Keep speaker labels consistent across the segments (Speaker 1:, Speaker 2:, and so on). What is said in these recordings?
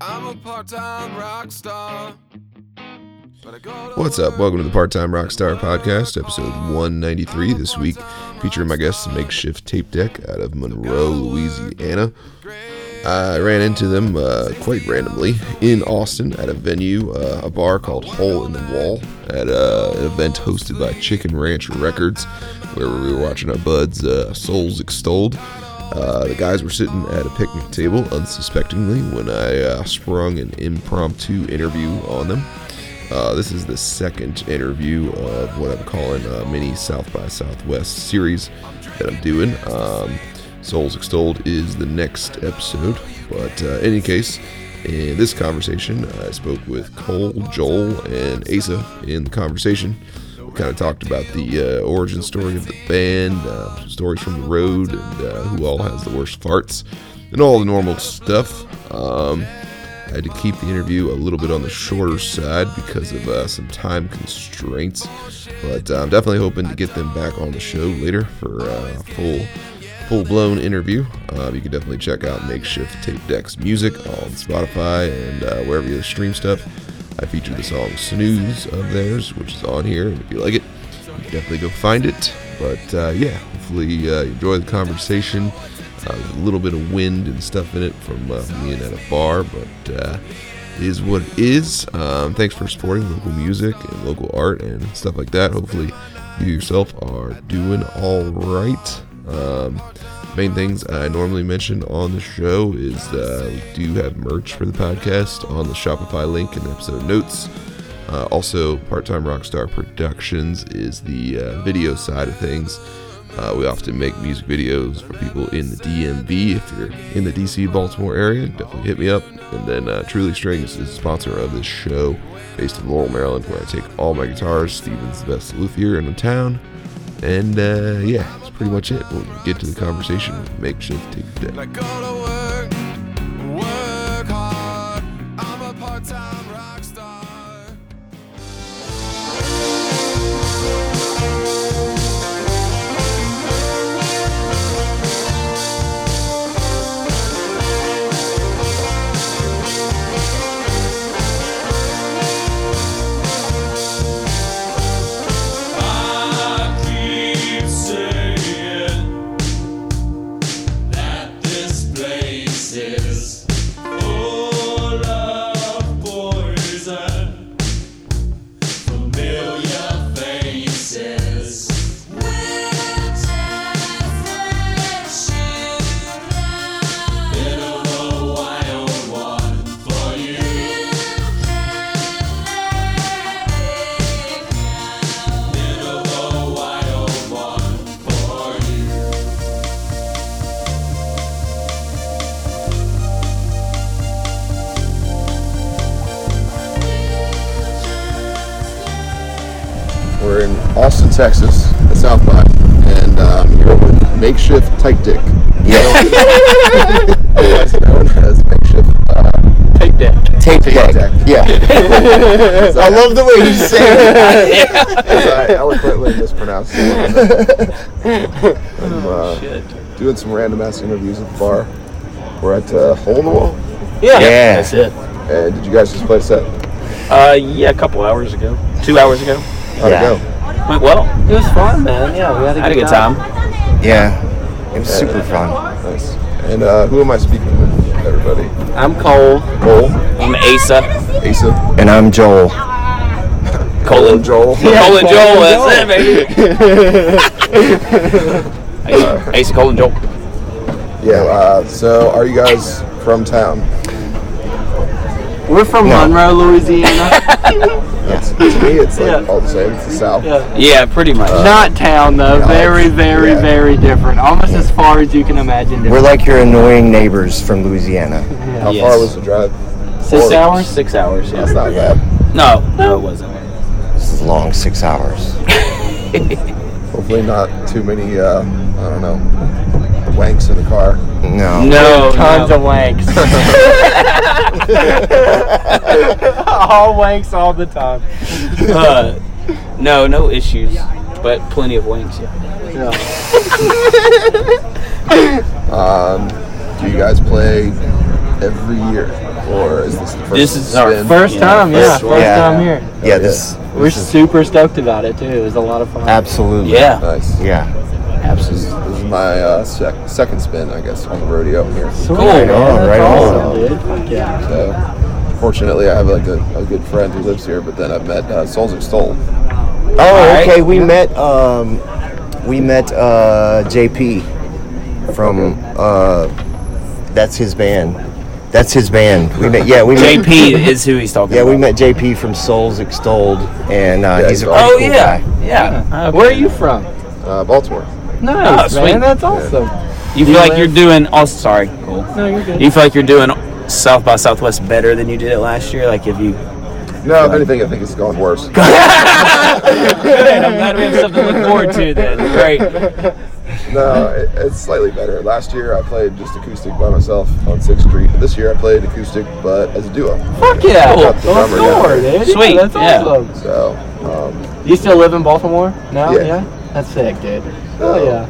Speaker 1: I'm a part-time rock star. But I go to
Speaker 2: What's up?
Speaker 1: work
Speaker 2: Welcome to the Part Time Rockstar Podcast, episode 193 this week, featuring my guest, Makeshift Tape Deck, out of Monroe, Louisiana. I ran into them uh, quite randomly in Austin at a venue, uh, a bar called Hole in the Wall, at uh, an event hosted by Chicken Ranch Records, where we were watching our buds uh, Souls Extolled. Uh, the guys were sitting at a picnic table unsuspectingly when I uh, sprung an impromptu interview on them. Uh, this is the second interview of what I'm calling a mini South by Southwest series that I'm doing. Um, Souls Extolled is the next episode, but uh, in any case, in this conversation, I spoke with Cole, Joel, and Asa in the conversation. We kind of talked about the uh, origin story of the band, uh, stories from the road, and uh, who all has the worst farts, and all the normal stuff. Um, I had to keep the interview a little bit on the shorter side because of uh, some time constraints, but uh, I'm definitely hoping to get them back on the show later for uh, a full, full-blown interview. Uh, you can definitely check out Makeshift Tape Deck's music on Spotify and uh, wherever you stream stuff. I featured the song "Snooze" of theirs, which is on here, and if you like it, you can definitely go find it. But uh, yeah, hopefully uh, you enjoy the conversation. Uh, there's a little bit of wind and stuff in it from uh, being at a bar, but uh, it is what it is. Um, thanks for supporting local music and local art and stuff like that. Hopefully, you yourself are doing all right. Um, main things I normally mention on the show is uh, we do have merch for the podcast on the Shopify link in the episode notes. Uh, also, Part Time Rockstar Productions is the uh, video side of things. Uh, we often make music videos for people in the DMV. If you're in the DC, Baltimore area, definitely hit me up. And then uh, Truly Strings is the sponsor of this show, based in Laurel, Maryland, where I take all my guitars. Steven's the best luthier in the town. And uh, yeah, that's pretty much it. We'll get to the conversation with Makeshift Tape Deck.
Speaker 1: I go to work, work hard. I'm a part-time rock star.
Speaker 3: Keep saying that this place is full of poison, familiar faces. Bit of a wild one for you. Bit of a wild one for you.
Speaker 2: We're in Austin, Texas, at South by, and uh, I'm here with Makeshift Tight Dick. Otherwise known as Makeshift uh,
Speaker 4: Take that.
Speaker 5: Tape
Speaker 2: Tape
Speaker 5: deck.
Speaker 2: Deck.
Speaker 5: Yeah. I love the way you say that.
Speaker 2: As I eloquently mispronounced it.
Speaker 5: Oh,
Speaker 2: I'm uh,
Speaker 4: Shit.
Speaker 2: doing some random ass interviews at the bar. We're at uh, Hole in the Wall.
Speaker 4: Yeah.
Speaker 5: Yeah.
Speaker 4: That's it.
Speaker 2: And did you guys just play a set?
Speaker 4: Uh, yeah, a couple hours ago. Two hours ago.
Speaker 2: How'd
Speaker 5: Yeah.
Speaker 2: it go?
Speaker 4: Went well.
Speaker 6: It was fun, man. Yeah, we had a
Speaker 4: Had a good time.
Speaker 5: Yeah. It was super fun.
Speaker 2: Nice. And uh, who am I speaking with? Everybody.
Speaker 6: I'm Cole.
Speaker 2: Cole,
Speaker 4: I'm Asa.
Speaker 2: Asa,
Speaker 5: And I'm Joel.
Speaker 4: Colin.
Speaker 2: Joel.
Speaker 4: Colin Joel. That's it, baby. Asa, Asa Colin Joel.
Speaker 2: Yeah. Uh, so, are you guys from town?
Speaker 6: We're from
Speaker 5: No.
Speaker 6: Monroe, Louisiana.
Speaker 2: That's, to me, it's like
Speaker 6: Yeah.
Speaker 2: all the same. It's the South.
Speaker 6: Yeah.
Speaker 4: Yeah, pretty much.
Speaker 6: Not town though.
Speaker 2: Yeah.
Speaker 6: very, very,
Speaker 2: Yeah.
Speaker 6: very different. Almost as far as you can imagine.
Speaker 5: We're like your annoying neighbors from Louisiana.
Speaker 2: How
Speaker 4: Yes.
Speaker 2: far was the drive?
Speaker 6: six
Speaker 2: Or-
Speaker 6: hours.
Speaker 4: Six hours. Yeah.
Speaker 2: That's not bad.
Speaker 4: No, no, it wasn't.
Speaker 5: This is long, six hours.
Speaker 2: Hopefully, not too many. Uh, I don't know. Wanks in the car.
Speaker 5: No.
Speaker 4: No,
Speaker 6: Tons
Speaker 4: no.
Speaker 6: of wanks. all wanks all the time.
Speaker 4: Uh, no, no issues, but plenty of wings. Yeah.
Speaker 2: Do you guys play
Speaker 5: every year, or is this the first?
Speaker 4: This is
Speaker 5: it's
Speaker 4: our
Speaker 5: been-
Speaker 6: First
Speaker 4: Yeah.
Speaker 6: time, yeah.
Speaker 5: First
Speaker 6: First
Speaker 5: one. Yeah.
Speaker 6: time here.
Speaker 5: Yeah, this.
Speaker 6: We're
Speaker 5: this is
Speaker 6: super stoked about it too. It was a lot of fun.
Speaker 5: absolutely.
Speaker 4: Yeah.
Speaker 5: Nice.
Speaker 2: Yeah.
Speaker 5: This,
Speaker 4: Absolutely.
Speaker 5: this is my uh, sec- second spin, I guess, on the rodeo here.
Speaker 6: Sweet.
Speaker 4: Cool. Right
Speaker 5: on,
Speaker 6: That's
Speaker 5: right on.
Speaker 6: awesome, dude. Fuck yeah.
Speaker 5: So, fortunately, I have like a, a good friend who lives here, but then I've met uh, Solzig Stoll.
Speaker 7: Oh,
Speaker 4: right.
Speaker 7: okay. We met. Um, we met uh, JP from. Uh, that's his band. That's his band. We met. Yeah, we met.
Speaker 4: JP is who he's talking
Speaker 7: Yeah,
Speaker 4: about.
Speaker 7: we met JP from Souls Extolled, and uh, he's
Speaker 5: Yeah,
Speaker 7: a
Speaker 5: he's
Speaker 7: really
Speaker 4: Oh
Speaker 7: cool
Speaker 4: yeah,
Speaker 7: guy.
Speaker 4: yeah. Oh,
Speaker 6: Where are you from?
Speaker 5: Uh, Baltimore.
Speaker 6: Nice,
Speaker 4: sweet.
Speaker 6: man. That's awesome.
Speaker 4: You feel like you're doing. Oh, sorry. Cool.
Speaker 6: No, you're good.
Speaker 4: You feel like you're doing South by Southwest better than you did it last year. Like if you.
Speaker 5: No, if anything, I think it's gone worse.
Speaker 4: Good. I'm glad we have something to look forward to. Then great.
Speaker 5: no, Uh, it, it's slightly better. Last year, I played just acoustic by myself on Sixth Street. This year, I played acoustic, but as a duo.
Speaker 6: Fuck yeah.
Speaker 4: Cool.
Speaker 6: Cool.
Speaker 5: Got the drummer down.
Speaker 6: Oh, dude.
Speaker 4: Sweet,
Speaker 6: Yeah, that's
Speaker 4: yeah.
Speaker 6: awesome.
Speaker 5: So, um,
Speaker 6: You still live in Baltimore now?
Speaker 5: Yeah.
Speaker 6: Yeah. That's sick, dude. Oh yeah.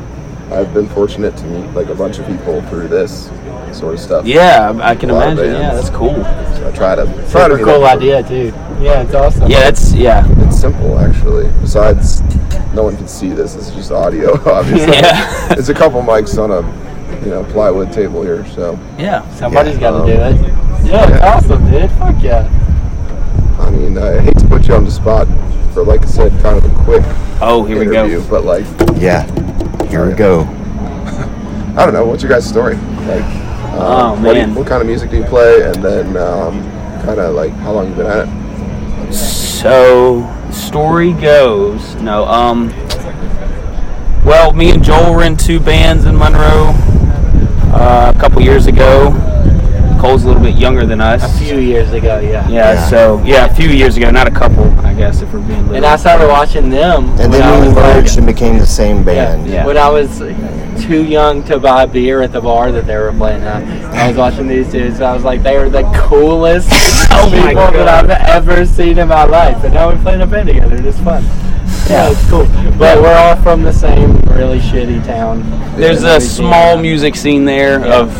Speaker 5: I've been fortunate to meet like a bunch of people through this sort of stuff.
Speaker 4: Yeah, I can
Speaker 5: A lot of
Speaker 4: imagine. Yeah,
Speaker 5: bands.
Speaker 4: that's cool.
Speaker 5: So I try to try
Speaker 6: Super
Speaker 5: to meet
Speaker 6: cool
Speaker 5: up.
Speaker 6: idea too. Yeah, it's awesome.
Speaker 4: Yeah, that's yeah.
Speaker 5: It's simple, actually. Besides, no one can see this. It's just audio, obviously.
Speaker 4: Yeah.
Speaker 5: It's a couple mics on a you know plywood table here. So,
Speaker 4: Yeah.
Speaker 6: Somebody's
Speaker 5: yeah,
Speaker 6: got to
Speaker 5: um,
Speaker 6: do it. Yeah, it's awesome, dude. Fuck yeah.
Speaker 5: I mean, I hate to put you on the spot for like I said, kind of a quick
Speaker 4: Oh, here we
Speaker 5: interview,
Speaker 4: go.
Speaker 5: but like
Speaker 7: Yeah. Here we go.
Speaker 5: I don't know. What's your guys' story? Like, uh,
Speaker 4: Oh
Speaker 5: what, do you-
Speaker 4: man.
Speaker 5: what kind of music do you play? And then, um, kind of like, how long you been at it?
Speaker 4: So story goes, no, um, well, me and Joel were in two bands in Monroe uh, a couple years ago. Cole's a little bit younger than us.
Speaker 6: A few years ago, yeah.
Speaker 4: Yeah,
Speaker 7: Yeah.
Speaker 4: so yeah, a few years ago, not a couple, I guess, if we're being little.
Speaker 6: And I started watching them.
Speaker 7: And
Speaker 6: when I
Speaker 7: then we
Speaker 6: was like-
Speaker 7: merged and became the same band.
Speaker 4: Yeah.
Speaker 6: When I was too young to buy beer at the bar that they were playing at, I was watching these dudes. And I was like, they were the coolest people that I've ever seen in my life. And now we're playing a band together. It's fun. Yeah, it's cool. But we're all from the same really shitty town.
Speaker 4: There's a small music scene there of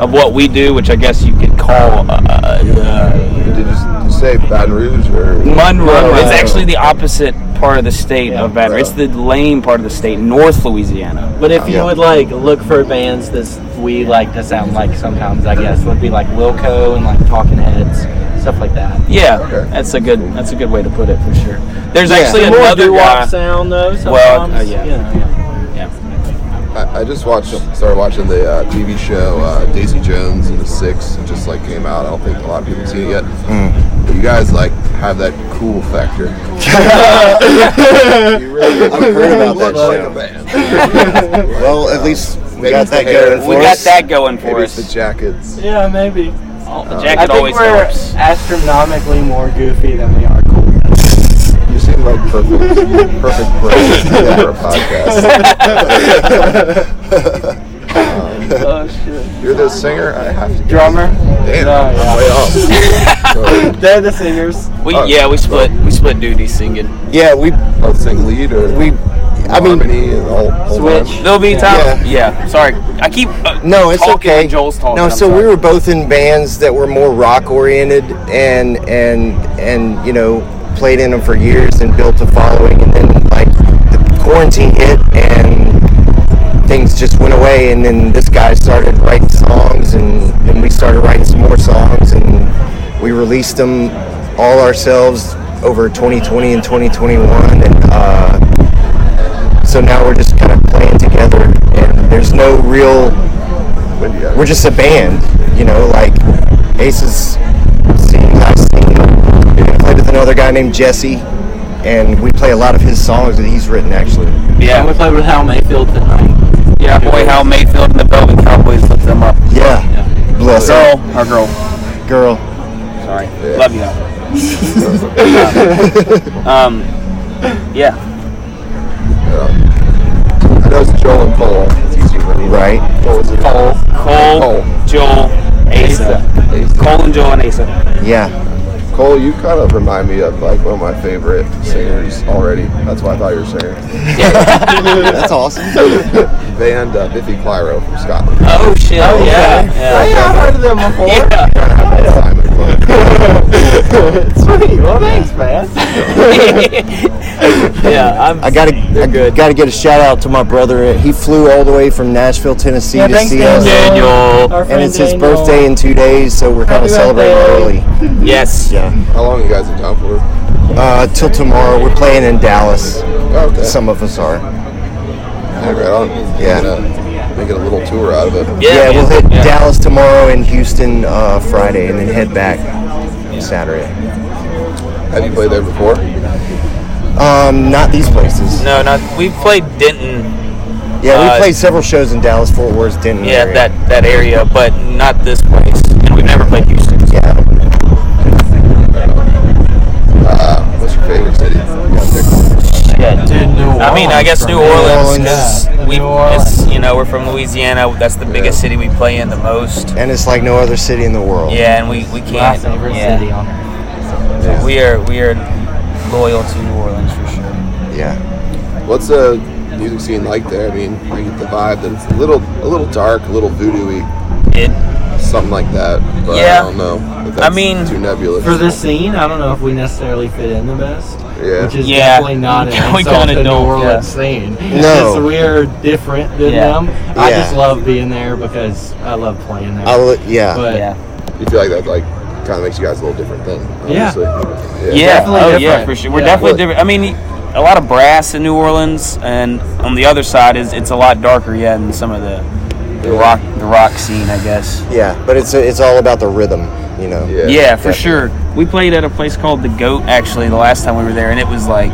Speaker 4: of what we do, which I guess you could call uh, uh,
Speaker 5: Did you just you say Baton Rouge or?
Speaker 4: Monroe. It's actually the opposite part of the state
Speaker 6: Yeah.
Speaker 4: of Baton. It's the lame part of the state, North Louisiana.
Speaker 6: But if you
Speaker 5: Yeah.
Speaker 6: would like look for bands that we like to sound like sometimes, I guess would be like Wilco and like Talking Heads, stuff like that.
Speaker 4: Yeah,
Speaker 5: Okay.
Speaker 4: that's a good that's a good way to put it for sure. There's actually
Speaker 6: More
Speaker 4: another
Speaker 6: doo-wop
Speaker 4: guy.
Speaker 6: sound though. Sometimes.
Speaker 4: Well, uh, yeah.
Speaker 6: yeah. yeah.
Speaker 5: I, I just watched, started watching the uh, TV show uh, Daisy Jones and the Six. It just like came out. I don't think a lot of people have seen it yet.
Speaker 7: Mm.
Speaker 5: But you guys like have that cool factor. you really
Speaker 7: I've heard about that
Speaker 5: look like
Speaker 7: show.
Speaker 5: a band.
Speaker 7: Well, at least we
Speaker 5: Maybe
Speaker 7: got
Speaker 5: it's the
Speaker 7: that
Speaker 5: hair.
Speaker 7: going
Speaker 4: We
Speaker 7: for
Speaker 4: got
Speaker 7: us.
Speaker 4: that going for
Speaker 5: Maybe it's the
Speaker 4: us.
Speaker 5: jackets.
Speaker 6: Yeah, maybe.
Speaker 4: Oh, The
Speaker 6: I
Speaker 4: jacket
Speaker 6: think
Speaker 4: always
Speaker 6: we're
Speaker 4: helps.
Speaker 6: astronomically more goofy than we are cool.
Speaker 5: You seem like perfect, perfect person for a podcast.
Speaker 6: oh shit.
Speaker 5: Um, You're the singer. I have to.
Speaker 6: Drummer.
Speaker 5: Damn,
Speaker 6: No, yeah.
Speaker 5: I'm way off. So,
Speaker 6: They're the singers.
Speaker 4: We
Speaker 5: Oh,
Speaker 4: yeah we split we split duty singing.
Speaker 7: Yeah, we
Speaker 5: I'll sing lead or
Speaker 7: we. I mean,
Speaker 5: harmony and all. all
Speaker 6: Switch.
Speaker 5: that.
Speaker 4: There'll be time. Yeah. Sorry, I keep. Uh,
Speaker 7: no, it's
Speaker 4: talking
Speaker 7: okay.
Speaker 4: and Joel's talking.
Speaker 7: No,
Speaker 4: I'm
Speaker 7: so we
Speaker 4: sorry.
Speaker 7: were both in bands that were more rock oriented, and and and you know played in them for years and built a following, and then like the quarantine hit and things just went away, and then this guy started writing songs, and and we started writing some more songs, and we released them all ourselves over 2020 and 2021, and. Uh, so now we're just kind of playing together, and there's no real
Speaker 5: When do you
Speaker 7: we're just a band, you know, like Aces sings, I sing. I played with another guy named Jesse, and we play a lot of his songs that he's written actually.
Speaker 6: I'm
Speaker 4: Yeah,
Speaker 6: gonna play with Hal Mayfield tonight.
Speaker 4: yeah. Boy, Hal Mayfield and the Velvet Cowboys looked them up.
Speaker 7: Yeah. Bless
Speaker 4: Girl,
Speaker 7: her.
Speaker 4: our girl.
Speaker 7: Girl.
Speaker 4: Sorry, love you. Hal. um, yeah.
Speaker 5: I know it's Joel and Paul. It's easy for me.
Speaker 7: Right.
Speaker 5: What was it? Paul.
Speaker 4: Cole,
Speaker 5: Cole.
Speaker 4: Joel, Asa. Cole and Joel and Asa.
Speaker 7: Yeah.
Speaker 5: Cole, you kind of remind me of like one of my favorite singers already. That's why I thought you were saying
Speaker 7: That's awesome.
Speaker 5: band uh, Biffy Clyro from Scotland.
Speaker 4: Oh shit! Oh, yeah. yeah.
Speaker 6: I've heard of them before.
Speaker 5: Time at club.
Speaker 6: Sweet. Well, thanks, man.
Speaker 4: yeah, I'm,
Speaker 7: I gotta, I gotta get a shout out to my brother. He flew all the way from Nashville, Tennessee
Speaker 6: Yeah,
Speaker 7: to
Speaker 6: thanks,
Speaker 7: see us,
Speaker 6: Daniel.
Speaker 4: Daniel.
Speaker 6: Our
Speaker 7: and
Speaker 6: friend
Speaker 7: it's his
Speaker 6: Daniel.
Speaker 7: birthday in two days, so we're kind
Speaker 6: Happy
Speaker 7: of celebrating
Speaker 6: birthday.
Speaker 7: early.
Speaker 4: Yes.
Speaker 7: Yeah,
Speaker 5: How long you guys in town for?
Speaker 7: uh, till tomorrow we're playing in Dallas.
Speaker 5: Okay.
Speaker 7: Some of us are.
Speaker 5: Yeah, right on.
Speaker 7: Yeah.
Speaker 5: Making a, making a little tour out of it.
Speaker 7: Yeah,
Speaker 4: man.
Speaker 7: we'll hit
Speaker 4: Yeah.
Speaker 7: Dallas tomorrow and Houston uh, Friday, and then head back Saturday.
Speaker 5: Have you played there before?
Speaker 7: Um, not these places.
Speaker 4: No, not we played Denton.
Speaker 7: Yeah, we
Speaker 4: Uh,
Speaker 7: played several shows in Dallas, Fort Worth, Denton.
Speaker 4: Yeah,
Speaker 7: area.
Speaker 4: that that area, but not this place. And we've never played Houston.
Speaker 7: Yeah.
Speaker 5: Uh, what's your favorite city? You gotta pick one.
Speaker 4: Yeah, dude. I mean, I guess New Orleans.
Speaker 7: Orleans.
Speaker 4: 'cause
Speaker 6: Yeah.
Speaker 4: we,
Speaker 6: New Orleans.
Speaker 4: It's, you know, we're from Louisiana. That's the biggest city we play in the most.
Speaker 7: And it's like no other city in the world.
Speaker 4: Yeah, and we we can't.
Speaker 6: Last favorite
Speaker 4: yeah.
Speaker 6: city on earth.
Speaker 4: We are we are loyal to New Orleans for sure.
Speaker 7: Yeah.
Speaker 5: What's the music scene like there? I mean, I get the vibe that it's a little, a little dark, a little voodoo-y,
Speaker 4: It,
Speaker 5: something like that. But
Speaker 4: Yeah.
Speaker 5: I don't know. If that's
Speaker 4: mean,
Speaker 5: too nebulous.
Speaker 6: For this scene, I don't know if we necessarily fit in the best.
Speaker 5: Yeah.
Speaker 6: Which is
Speaker 4: Yeah.
Speaker 6: definitely not an
Speaker 4: We
Speaker 6: insult
Speaker 4: kinda
Speaker 6: to New
Speaker 4: don't, yeah.
Speaker 6: Orleans scene.
Speaker 7: No.
Speaker 6: It's just we're different than
Speaker 4: Yeah.
Speaker 6: them. I
Speaker 7: Yeah.
Speaker 6: just love being there because I love playing there.
Speaker 7: I li- yeah.
Speaker 6: but
Speaker 4: yeah.
Speaker 5: You feel like that, like, kind of makes you guys a little different then.
Speaker 6: Yeah.
Speaker 5: Obviously. Yeah.
Speaker 4: Yeah,
Speaker 6: Definitely
Speaker 4: oh,
Speaker 6: different.
Speaker 4: yeah, for sure. We're
Speaker 6: Yeah.
Speaker 4: definitely different. I mean, a lot of brass in New Orleans, and on the other side is it's a lot darker yet in some of the, the rock the rock scene, I guess.
Speaker 7: Yeah, but it's it's all about the rhythm, you know.
Speaker 5: Yeah.
Speaker 4: Yeah, for
Speaker 7: definitely.
Speaker 4: sure. We played at a place called the Goat actually the last time we were there, and it was like.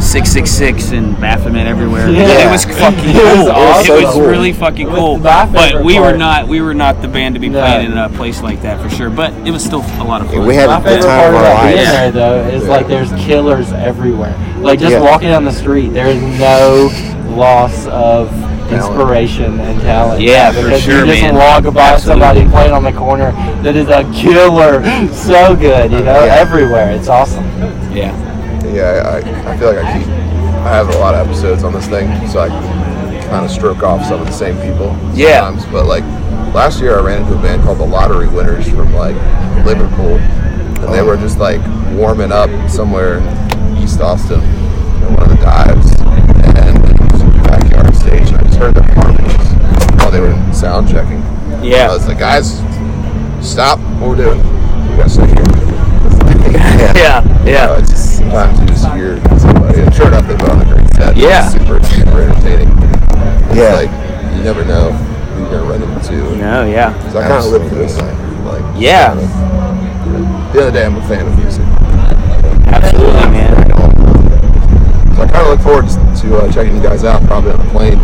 Speaker 4: 666 and Baphomet everywhere.
Speaker 6: Yeah.
Speaker 4: It was fucking
Speaker 6: It
Speaker 4: cool.
Speaker 6: was
Speaker 4: It was,
Speaker 6: awesome. Cool.
Speaker 4: really fucking
Speaker 6: With
Speaker 4: cool.
Speaker 6: my favorite
Speaker 4: But we were
Speaker 6: part-
Speaker 4: not we were not the band to be
Speaker 6: No.
Speaker 4: playing in a place like that for sure. But it was still a lot of fun.
Speaker 7: We had
Speaker 6: My
Speaker 7: a good
Speaker 6: favorite
Speaker 7: time
Speaker 6: part
Speaker 7: of our
Speaker 6: about being
Speaker 7: lives.
Speaker 6: there, though, is like there's killers everywhere. Like just
Speaker 7: Yeah.
Speaker 6: walking down the street, there's no loss of inspiration and talent.
Speaker 4: Yeah, for
Speaker 6: because
Speaker 4: sure,
Speaker 6: You just
Speaker 4: man.
Speaker 6: walk by
Speaker 4: Absolutely.
Speaker 6: somebody playing on the corner that is a killer, so good. You know,
Speaker 7: Yeah.
Speaker 6: everywhere. It's awesome.
Speaker 4: Oh, Yeah.
Speaker 5: Yeah, I, I feel like I keep, I have a lot of episodes on this thing, so I kind of stroke off some of the same people.
Speaker 4: Yeah.
Speaker 5: Sometimes. But like last year, I ran into a band called the Lottery Winners from like Liverpool, and they were just like warming up somewhere in East Austin in one of the dives, and it was a backyard stage, and I just heard their harmonies while they were sound checking.
Speaker 4: Yeah.
Speaker 5: I was like, guys, stop what we're doing. We gotta stay here.
Speaker 4: Yeah. Yeah.
Speaker 5: Uh, it's just sometimes you just hear somebody, and sure enough, they put on a great set. It's
Speaker 4: Yeah.
Speaker 5: super, super entertaining. It's
Speaker 7: Yeah.
Speaker 5: like you never know who you're gonna run into.
Speaker 4: No, yeah.
Speaker 5: 'Cause I kind of live for this. Like
Speaker 4: Yeah.
Speaker 5: the other day, I'm a fan of music,
Speaker 4: Absolutely, man.
Speaker 5: so I kind of look forward to uh, checking you guys out, probably on a plane.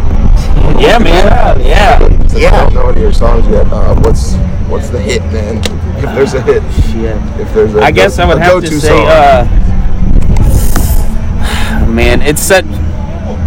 Speaker 4: Yeah, man. Yeah.
Speaker 5: Since I don't know any of your songs yet. Uh, what's what's the hit, man? If there's a hit,
Speaker 4: Shit.
Speaker 5: if there's a
Speaker 4: I guess I would
Speaker 5: a
Speaker 4: have
Speaker 5: go-to
Speaker 4: to say,
Speaker 5: song.
Speaker 4: uh, man, it's set.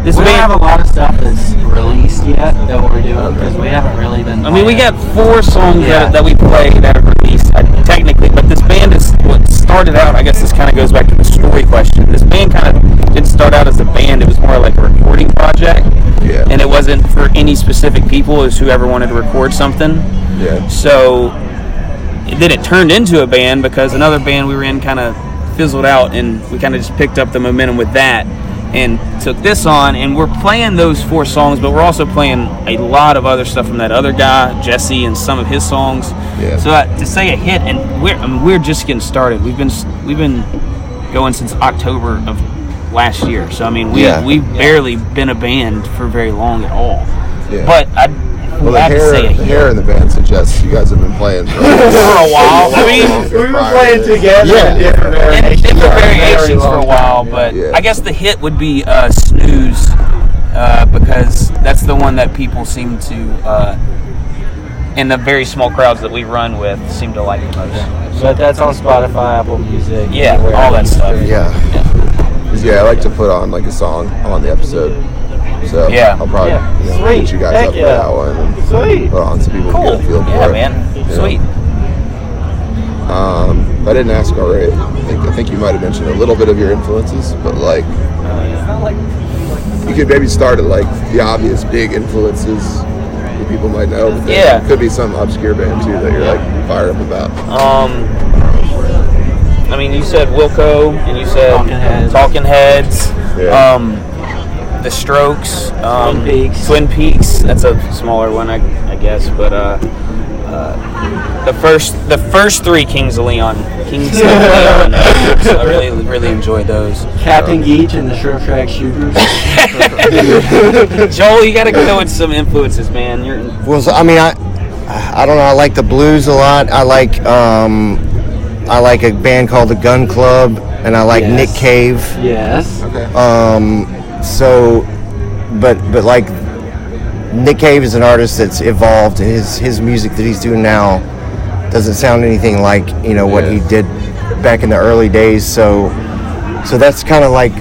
Speaker 4: This
Speaker 6: we don't have a
Speaker 4: band.
Speaker 6: lot of stuff that's released yet that we're doing because we haven't really been.
Speaker 4: I mean, we got
Speaker 6: playing.
Speaker 4: four songs
Speaker 6: Yeah.
Speaker 4: that, that we play that are released uh, technically, but this band is what started out. I guess this kind of goes back to the story question. This band kind of didn't start out as a band. It was more like a recording project,
Speaker 5: yeah,
Speaker 4: and it wasn't for any specific people. It was whoever wanted to record something.
Speaker 5: yeah,
Speaker 4: So and then it turned into a band because another band we were in kind of fizzled out and we kind of just picked up the momentum with that and took this on and we're playing those four songs but we're also playing a lot of other stuff from that other guy jesse and some of his songs
Speaker 5: Yeah.
Speaker 4: so uh, to say a hit and we're I mean, we're just getting started we've been s- we've been going since october of last year so i mean we,
Speaker 7: Yeah.
Speaker 4: we've barely been a band for very long at all
Speaker 5: Yeah.
Speaker 4: but i
Speaker 5: Well, the
Speaker 4: have to
Speaker 5: hair,
Speaker 4: say a
Speaker 5: the
Speaker 4: hit
Speaker 5: hair in the band suggests you guys have been playing for a
Speaker 4: for a while. I mean,
Speaker 6: We were playing together in
Speaker 5: Yeah.
Speaker 6: different
Speaker 4: in
Speaker 6: variations.
Speaker 4: different variations for
Speaker 6: long
Speaker 4: a while, but
Speaker 5: Yeah.
Speaker 4: I guess the hit would be uh, snooze uh, because that's the one that people seem to, uh, in the very small crowds that we run with, seem to like the most.
Speaker 6: But that's on Spotify, Apple Music,
Speaker 4: Yeah,
Speaker 6: anywhere
Speaker 4: all that
Speaker 6: else.
Speaker 4: stuff.
Speaker 7: Yeah.
Speaker 5: Yeah, I like to put on like a song on the episode. So
Speaker 4: Yeah.
Speaker 5: I'll probably
Speaker 6: Yeah.
Speaker 5: you know,
Speaker 6: Sweet.
Speaker 5: hit you guys
Speaker 6: Heck
Speaker 5: up
Speaker 6: yeah.
Speaker 5: for that one and
Speaker 6: Sweet.
Speaker 5: put on some uh, people who
Speaker 4: Cool.
Speaker 5: get a feel for
Speaker 4: Yeah,
Speaker 5: it.
Speaker 4: man.
Speaker 5: Yeah.
Speaker 4: Sweet.
Speaker 5: Um, If I didn't ask already, I think, I think you might have mentioned a little bit of your influences, but like, you could maybe start at like the obvious big influences that people might know. But there
Speaker 4: Yeah.
Speaker 5: could be some obscure band too that you're like fired up about.
Speaker 4: Um, I mean, you said Wilco, and you said
Speaker 6: Talking Heads.
Speaker 4: Talking Heads,
Speaker 5: Yeah.
Speaker 4: um, The Strokes, um,
Speaker 6: Peaks.
Speaker 4: Twin Peaks. That's a smaller one, I, I guess, but uh, uh, the first the first three Kings of Leon, Kings of Leon. albums, I really really enjoyed those.
Speaker 6: Captain Geach and the Shrimp Shack Shooters.
Speaker 4: Joel, you got to go with some influences, man. You're
Speaker 7: Well, so- I mean, I, I don't know. I like the blues a lot. I like, um, I like a band called the Gun Club, and I like
Speaker 6: Yes.
Speaker 7: Nick Cave.
Speaker 6: yes.
Speaker 7: Um, so, but but like, Nick Cave is an artist that's evolved. His his music that he's doing now doesn't sound anything like you know what he did back in the early days. So, so that's kind of like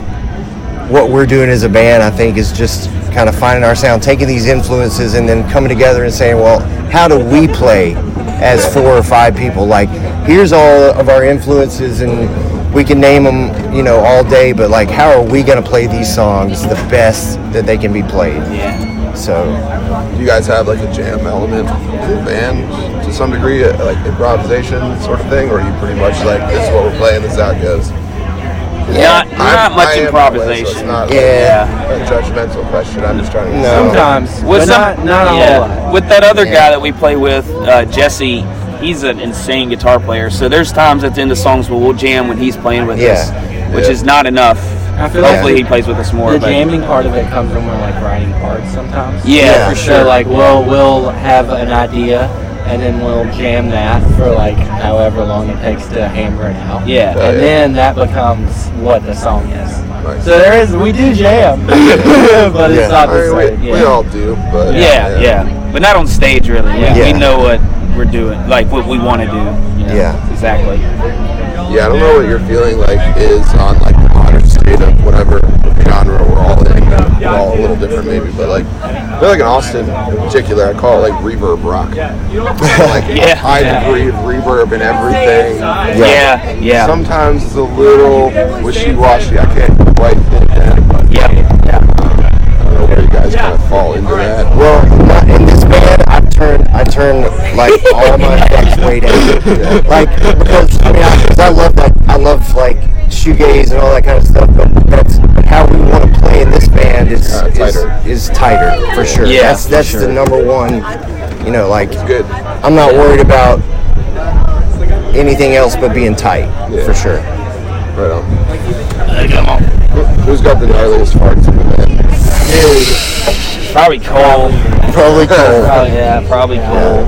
Speaker 7: what we're doing as a band. I think is just kind of finding our sound, taking these influences, and then coming together and saying, well, how do we play as four or five people? Like, here's all of our influences and. We can name them, you know, all day, but like, how are we gonna play these songs the best that they can be played?
Speaker 4: yeah.
Speaker 7: So,
Speaker 5: Do you guys have like a jam element to the band to some degree, uh, like improvisation sort of thing, or are you pretty much like this is what we're playing, this is how it goes?
Speaker 4: Not,
Speaker 5: I'm-
Speaker 4: not much
Speaker 5: I am that way, so
Speaker 4: improvisation.
Speaker 5: it's not
Speaker 7: Yeah.
Speaker 5: like a judgmental question. I'm just trying to.
Speaker 7: No.
Speaker 6: Sometimes.
Speaker 4: With
Speaker 6: but not,
Speaker 4: some-
Speaker 6: not a
Speaker 4: yeah,
Speaker 6: whole lot.
Speaker 4: With that other guy
Speaker 7: Yeah.
Speaker 4: that we play with, uh, Jesse, he's an insane guitar player. So there's times at the end of songs where we'll jam when he's playing with
Speaker 7: Yeah.
Speaker 4: us, which
Speaker 5: Yeah.
Speaker 4: is not enough.
Speaker 6: I feel
Speaker 4: Hopefully
Speaker 6: like
Speaker 4: he plays with us more.
Speaker 6: The
Speaker 4: but
Speaker 6: jamming part of it comes when we're like writing parts sometimes.
Speaker 4: Yeah,
Speaker 7: Yeah.
Speaker 4: for
Speaker 6: So
Speaker 4: sure.
Speaker 6: like we'll we'll have an idea and then we'll jam that for like however long it takes to hammer it out.
Speaker 4: Yeah.
Speaker 5: Oh,
Speaker 6: And
Speaker 5: yeah.
Speaker 6: then that becomes what the song is.
Speaker 5: Nice.
Speaker 6: So there is we do jam. but it's
Speaker 7: Yeah.
Speaker 6: not
Speaker 5: I
Speaker 6: the
Speaker 5: mean,
Speaker 6: same.
Speaker 5: we,
Speaker 6: yeah.
Speaker 5: we all do, but
Speaker 4: yeah, yeah, But not on stage, really. Yeah.
Speaker 7: Yeah.
Speaker 4: We know what we're doing, like what we want to do. you know?
Speaker 7: Yeah.
Speaker 4: Exactly.
Speaker 5: Yeah, I don't know what your feeling like is on like the modern state of whatever genre we're all in. We're all a little different maybe, but like I feel like in Austin in particular, I call it like reverb rock. like
Speaker 4: Yeah.
Speaker 5: high degree of reverb and everything.
Speaker 4: Yeah, yeah.
Speaker 5: Sometimes it's a little wishy-washy. I can't quite pin it down, but
Speaker 4: yeah.
Speaker 5: I don't know where you guys kind of fall into that.
Speaker 7: Well, not in this band, I turn, I turn like all my effects way down. Like because I mean, I, 'cause I love that, I love like shoegaze and all that kind of stuff. But that's how we want to play in this band is
Speaker 5: Uh, tighter.
Speaker 7: Is, is tighter for sure.
Speaker 4: Yeah,
Speaker 7: that's
Speaker 4: for
Speaker 7: that's
Speaker 4: sure.
Speaker 7: the number one. You know, like
Speaker 5: Good.
Speaker 7: I'm not worried about anything else but being tight
Speaker 5: Yeah.
Speaker 7: for sure.
Speaker 5: Right on. Who- Who's got the gnarliest farts in the band?
Speaker 4: Probably Cole.
Speaker 7: Probably cold.
Speaker 4: Probably, Oh, yeah, probably Cole.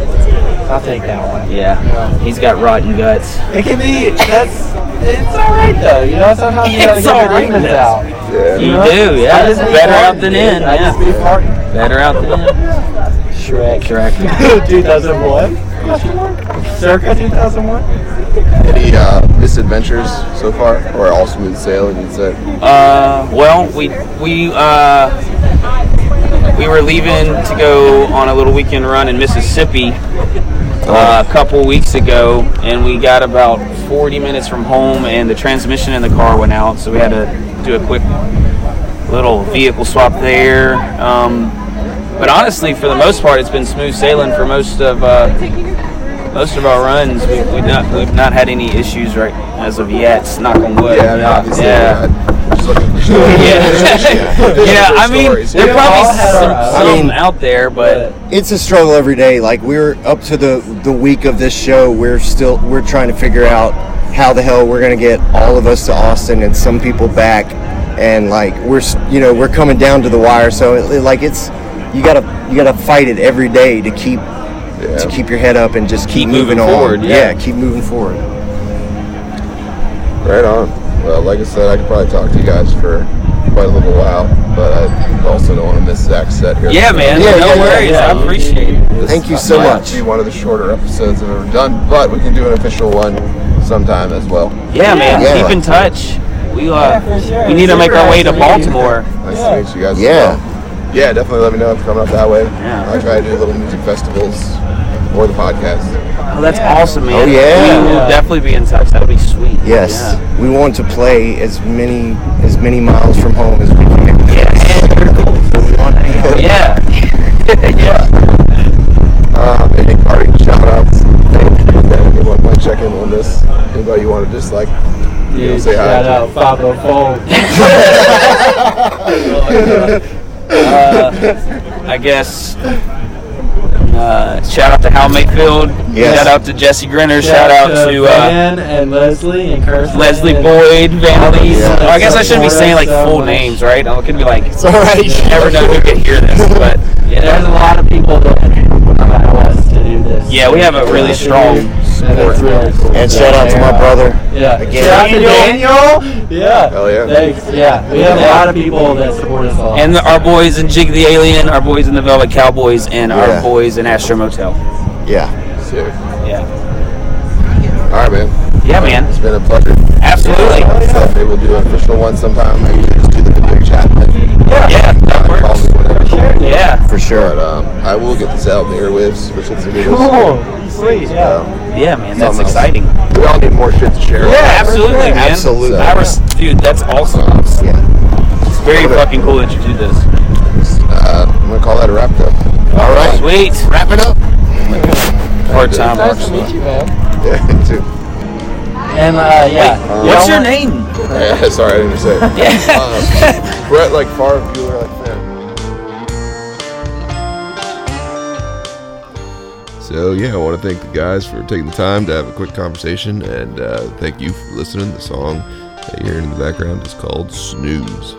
Speaker 6: I'll take that one.
Speaker 4: Yeah. He's got rotten guts.
Speaker 6: It can be that's it's alright though, you know, sometimes you gotta
Speaker 4: It's
Speaker 6: get the
Speaker 4: alright,
Speaker 6: demons
Speaker 4: man.
Speaker 6: out.
Speaker 5: Yeah.
Speaker 4: You
Speaker 6: know?
Speaker 4: do, yeah.
Speaker 6: I just be
Speaker 4: Better out
Speaker 6: farting,
Speaker 4: than
Speaker 6: dude.
Speaker 4: in,
Speaker 6: I just be
Speaker 4: yeah.
Speaker 6: farting.
Speaker 4: Better out than in.
Speaker 6: Shrek. Shrek. 2001? Circa 2001?
Speaker 5: Any uh, misadventures so far, or all smooth sailing? You'd say.
Speaker 4: Uh, well, we we uh, we were leaving to go on a little weekend run in Mississippi uh, a couple weeks ago, and we got about 40 minutes from home, and the transmission in the car went out, so we had to do a quick little vehicle swap there. Um, but honestly, for the most part, it's been smooth sailing for most of uh, most of our runs. We've, we've not we've not had any issues right as of yet. Knock on wood.
Speaker 5: Yeah, I mean, obviously.
Speaker 4: Yeah.
Speaker 5: uh, Just looking for stories.
Speaker 4: Yeah, yeah. I mean,
Speaker 5: Stories.
Speaker 4: there
Speaker 5: We've
Speaker 4: probably
Speaker 6: all had
Speaker 4: some,
Speaker 6: our
Speaker 4: some
Speaker 7: own.
Speaker 4: out there, but
Speaker 7: it's a struggle every day. Like we're up to the the week of this show, we're still we're trying to figure out how the hell we're gonna get all of us to Austin and some people back, and like we're s- you know we're coming down to the wire. So it, it- like it's you gotta you gotta fight it every day to keep to keep your head up and just keep,
Speaker 4: Keep moving
Speaker 7: on.
Speaker 4: forward, yeah.
Speaker 7: keep moving forward.
Speaker 5: Right on. Well, like I said, I could probably talk to you guys for quite a little while, but I also don't want to miss Zach's set here.
Speaker 4: yeah, man.
Speaker 7: Yeah,
Speaker 4: no
Speaker 7: yeah, yeah,
Speaker 4: worries. I appreciate it.
Speaker 5: This
Speaker 7: Thank you so
Speaker 5: might
Speaker 7: much.
Speaker 5: Be one of the shorter episodes I've ever done, but we can do an official one sometime as well.
Speaker 4: Yeah, man.
Speaker 7: Yeah.
Speaker 4: Keep in touch. We uh,
Speaker 6: for sure.
Speaker 4: we need to make our way to
Speaker 6: Super nice to meet you.
Speaker 4: Baltimore.
Speaker 5: Nice to meet you guys. as
Speaker 7: Yeah.
Speaker 5: well. Yeah, definitely let me know if you're coming up that way.
Speaker 4: Yeah.
Speaker 5: I try to do little music festivals or the podcast.
Speaker 4: Oh, that's awesome, man.
Speaker 7: Oh, yeah.
Speaker 4: We will definitely be in touch. That would be sweet.
Speaker 7: Yes,
Speaker 4: Yeah.
Speaker 7: we want to play as many as many miles from home as we can.
Speaker 4: Yeah.
Speaker 5: Um, any party shout outs? Anyone want to check in on this? Anybody you want to just like you know,
Speaker 6: Dude,
Speaker 5: say hi
Speaker 6: shout
Speaker 5: to?
Speaker 6: out 504.
Speaker 4: I guess. Uh, shout out to Hal Mayfield.
Speaker 7: Yes.
Speaker 4: Shout out to Jesse Grinner. Shout, out to uh,
Speaker 6: Van and Leslie and Kirsten.
Speaker 4: Leslie
Speaker 6: and-
Speaker 4: Boyd, Valley.
Speaker 7: Yeah.
Speaker 4: I guess I shouldn't be saying like
Speaker 6: So
Speaker 4: full
Speaker 6: much.
Speaker 4: names, right? I could be like,
Speaker 7: It's all right.
Speaker 4: never know who could hear this, but
Speaker 6: There's a
Speaker 4: yeah,
Speaker 6: lot of people that allow us to do this.
Speaker 4: yeah, we have a really strong
Speaker 6: That's really cool.
Speaker 7: And shout out to my brother.
Speaker 6: Yeah.
Speaker 7: Again.
Speaker 6: Shout out to Daniel. Yeah.
Speaker 5: Hell yeah.
Speaker 6: Thanks. Yeah. We have a lot of people that support us a lot.
Speaker 4: and the, our boys in Jig the Alien, our boys in the Velvet Cowboys, and
Speaker 7: Yeah.
Speaker 4: our boys in Astro Motel.
Speaker 7: Yeah.
Speaker 5: Sick.
Speaker 4: Yeah,
Speaker 5: All right, man.
Speaker 4: yeah, man,
Speaker 5: It's been a pleasure.
Speaker 4: absolutely.
Speaker 5: So maybe we'll do an official one sometime. Maybe we just do the big chat. thing.
Speaker 4: Yeah, that
Speaker 5: Call
Speaker 4: works.
Speaker 5: me whenever.
Speaker 4: Yeah,
Speaker 7: For sure.
Speaker 5: But um, I will get this out in the airwaves, which is
Speaker 6: Cool. Sweet. Yeah.
Speaker 4: yeah, man, that's
Speaker 5: Something else.
Speaker 4: exciting.
Speaker 5: We all need more shit to share.
Speaker 4: Yeah, absolutely, man.
Speaker 7: Absolutely.
Speaker 4: I res- dude, that's awesome.
Speaker 7: Yeah.
Speaker 4: It's very fucking cool that you do this.
Speaker 5: Uh, I'm gonna call that a wrap though.
Speaker 7: All right.
Speaker 4: Sweet.
Speaker 7: Wrap it up.
Speaker 4: Hard time.
Speaker 6: Nice to meet you, man.
Speaker 5: Yeah, too.
Speaker 6: And uh, yeah.
Speaker 4: What's your name?
Speaker 5: Yeah, sorry, I didn't say. it. Um, Brett like far Bueller like man.
Speaker 2: So yeah, I want to thank the guys for taking the time to have a quick conversation, and uh, thank you for listening. The song that you're hearing in the background is called "Snooze."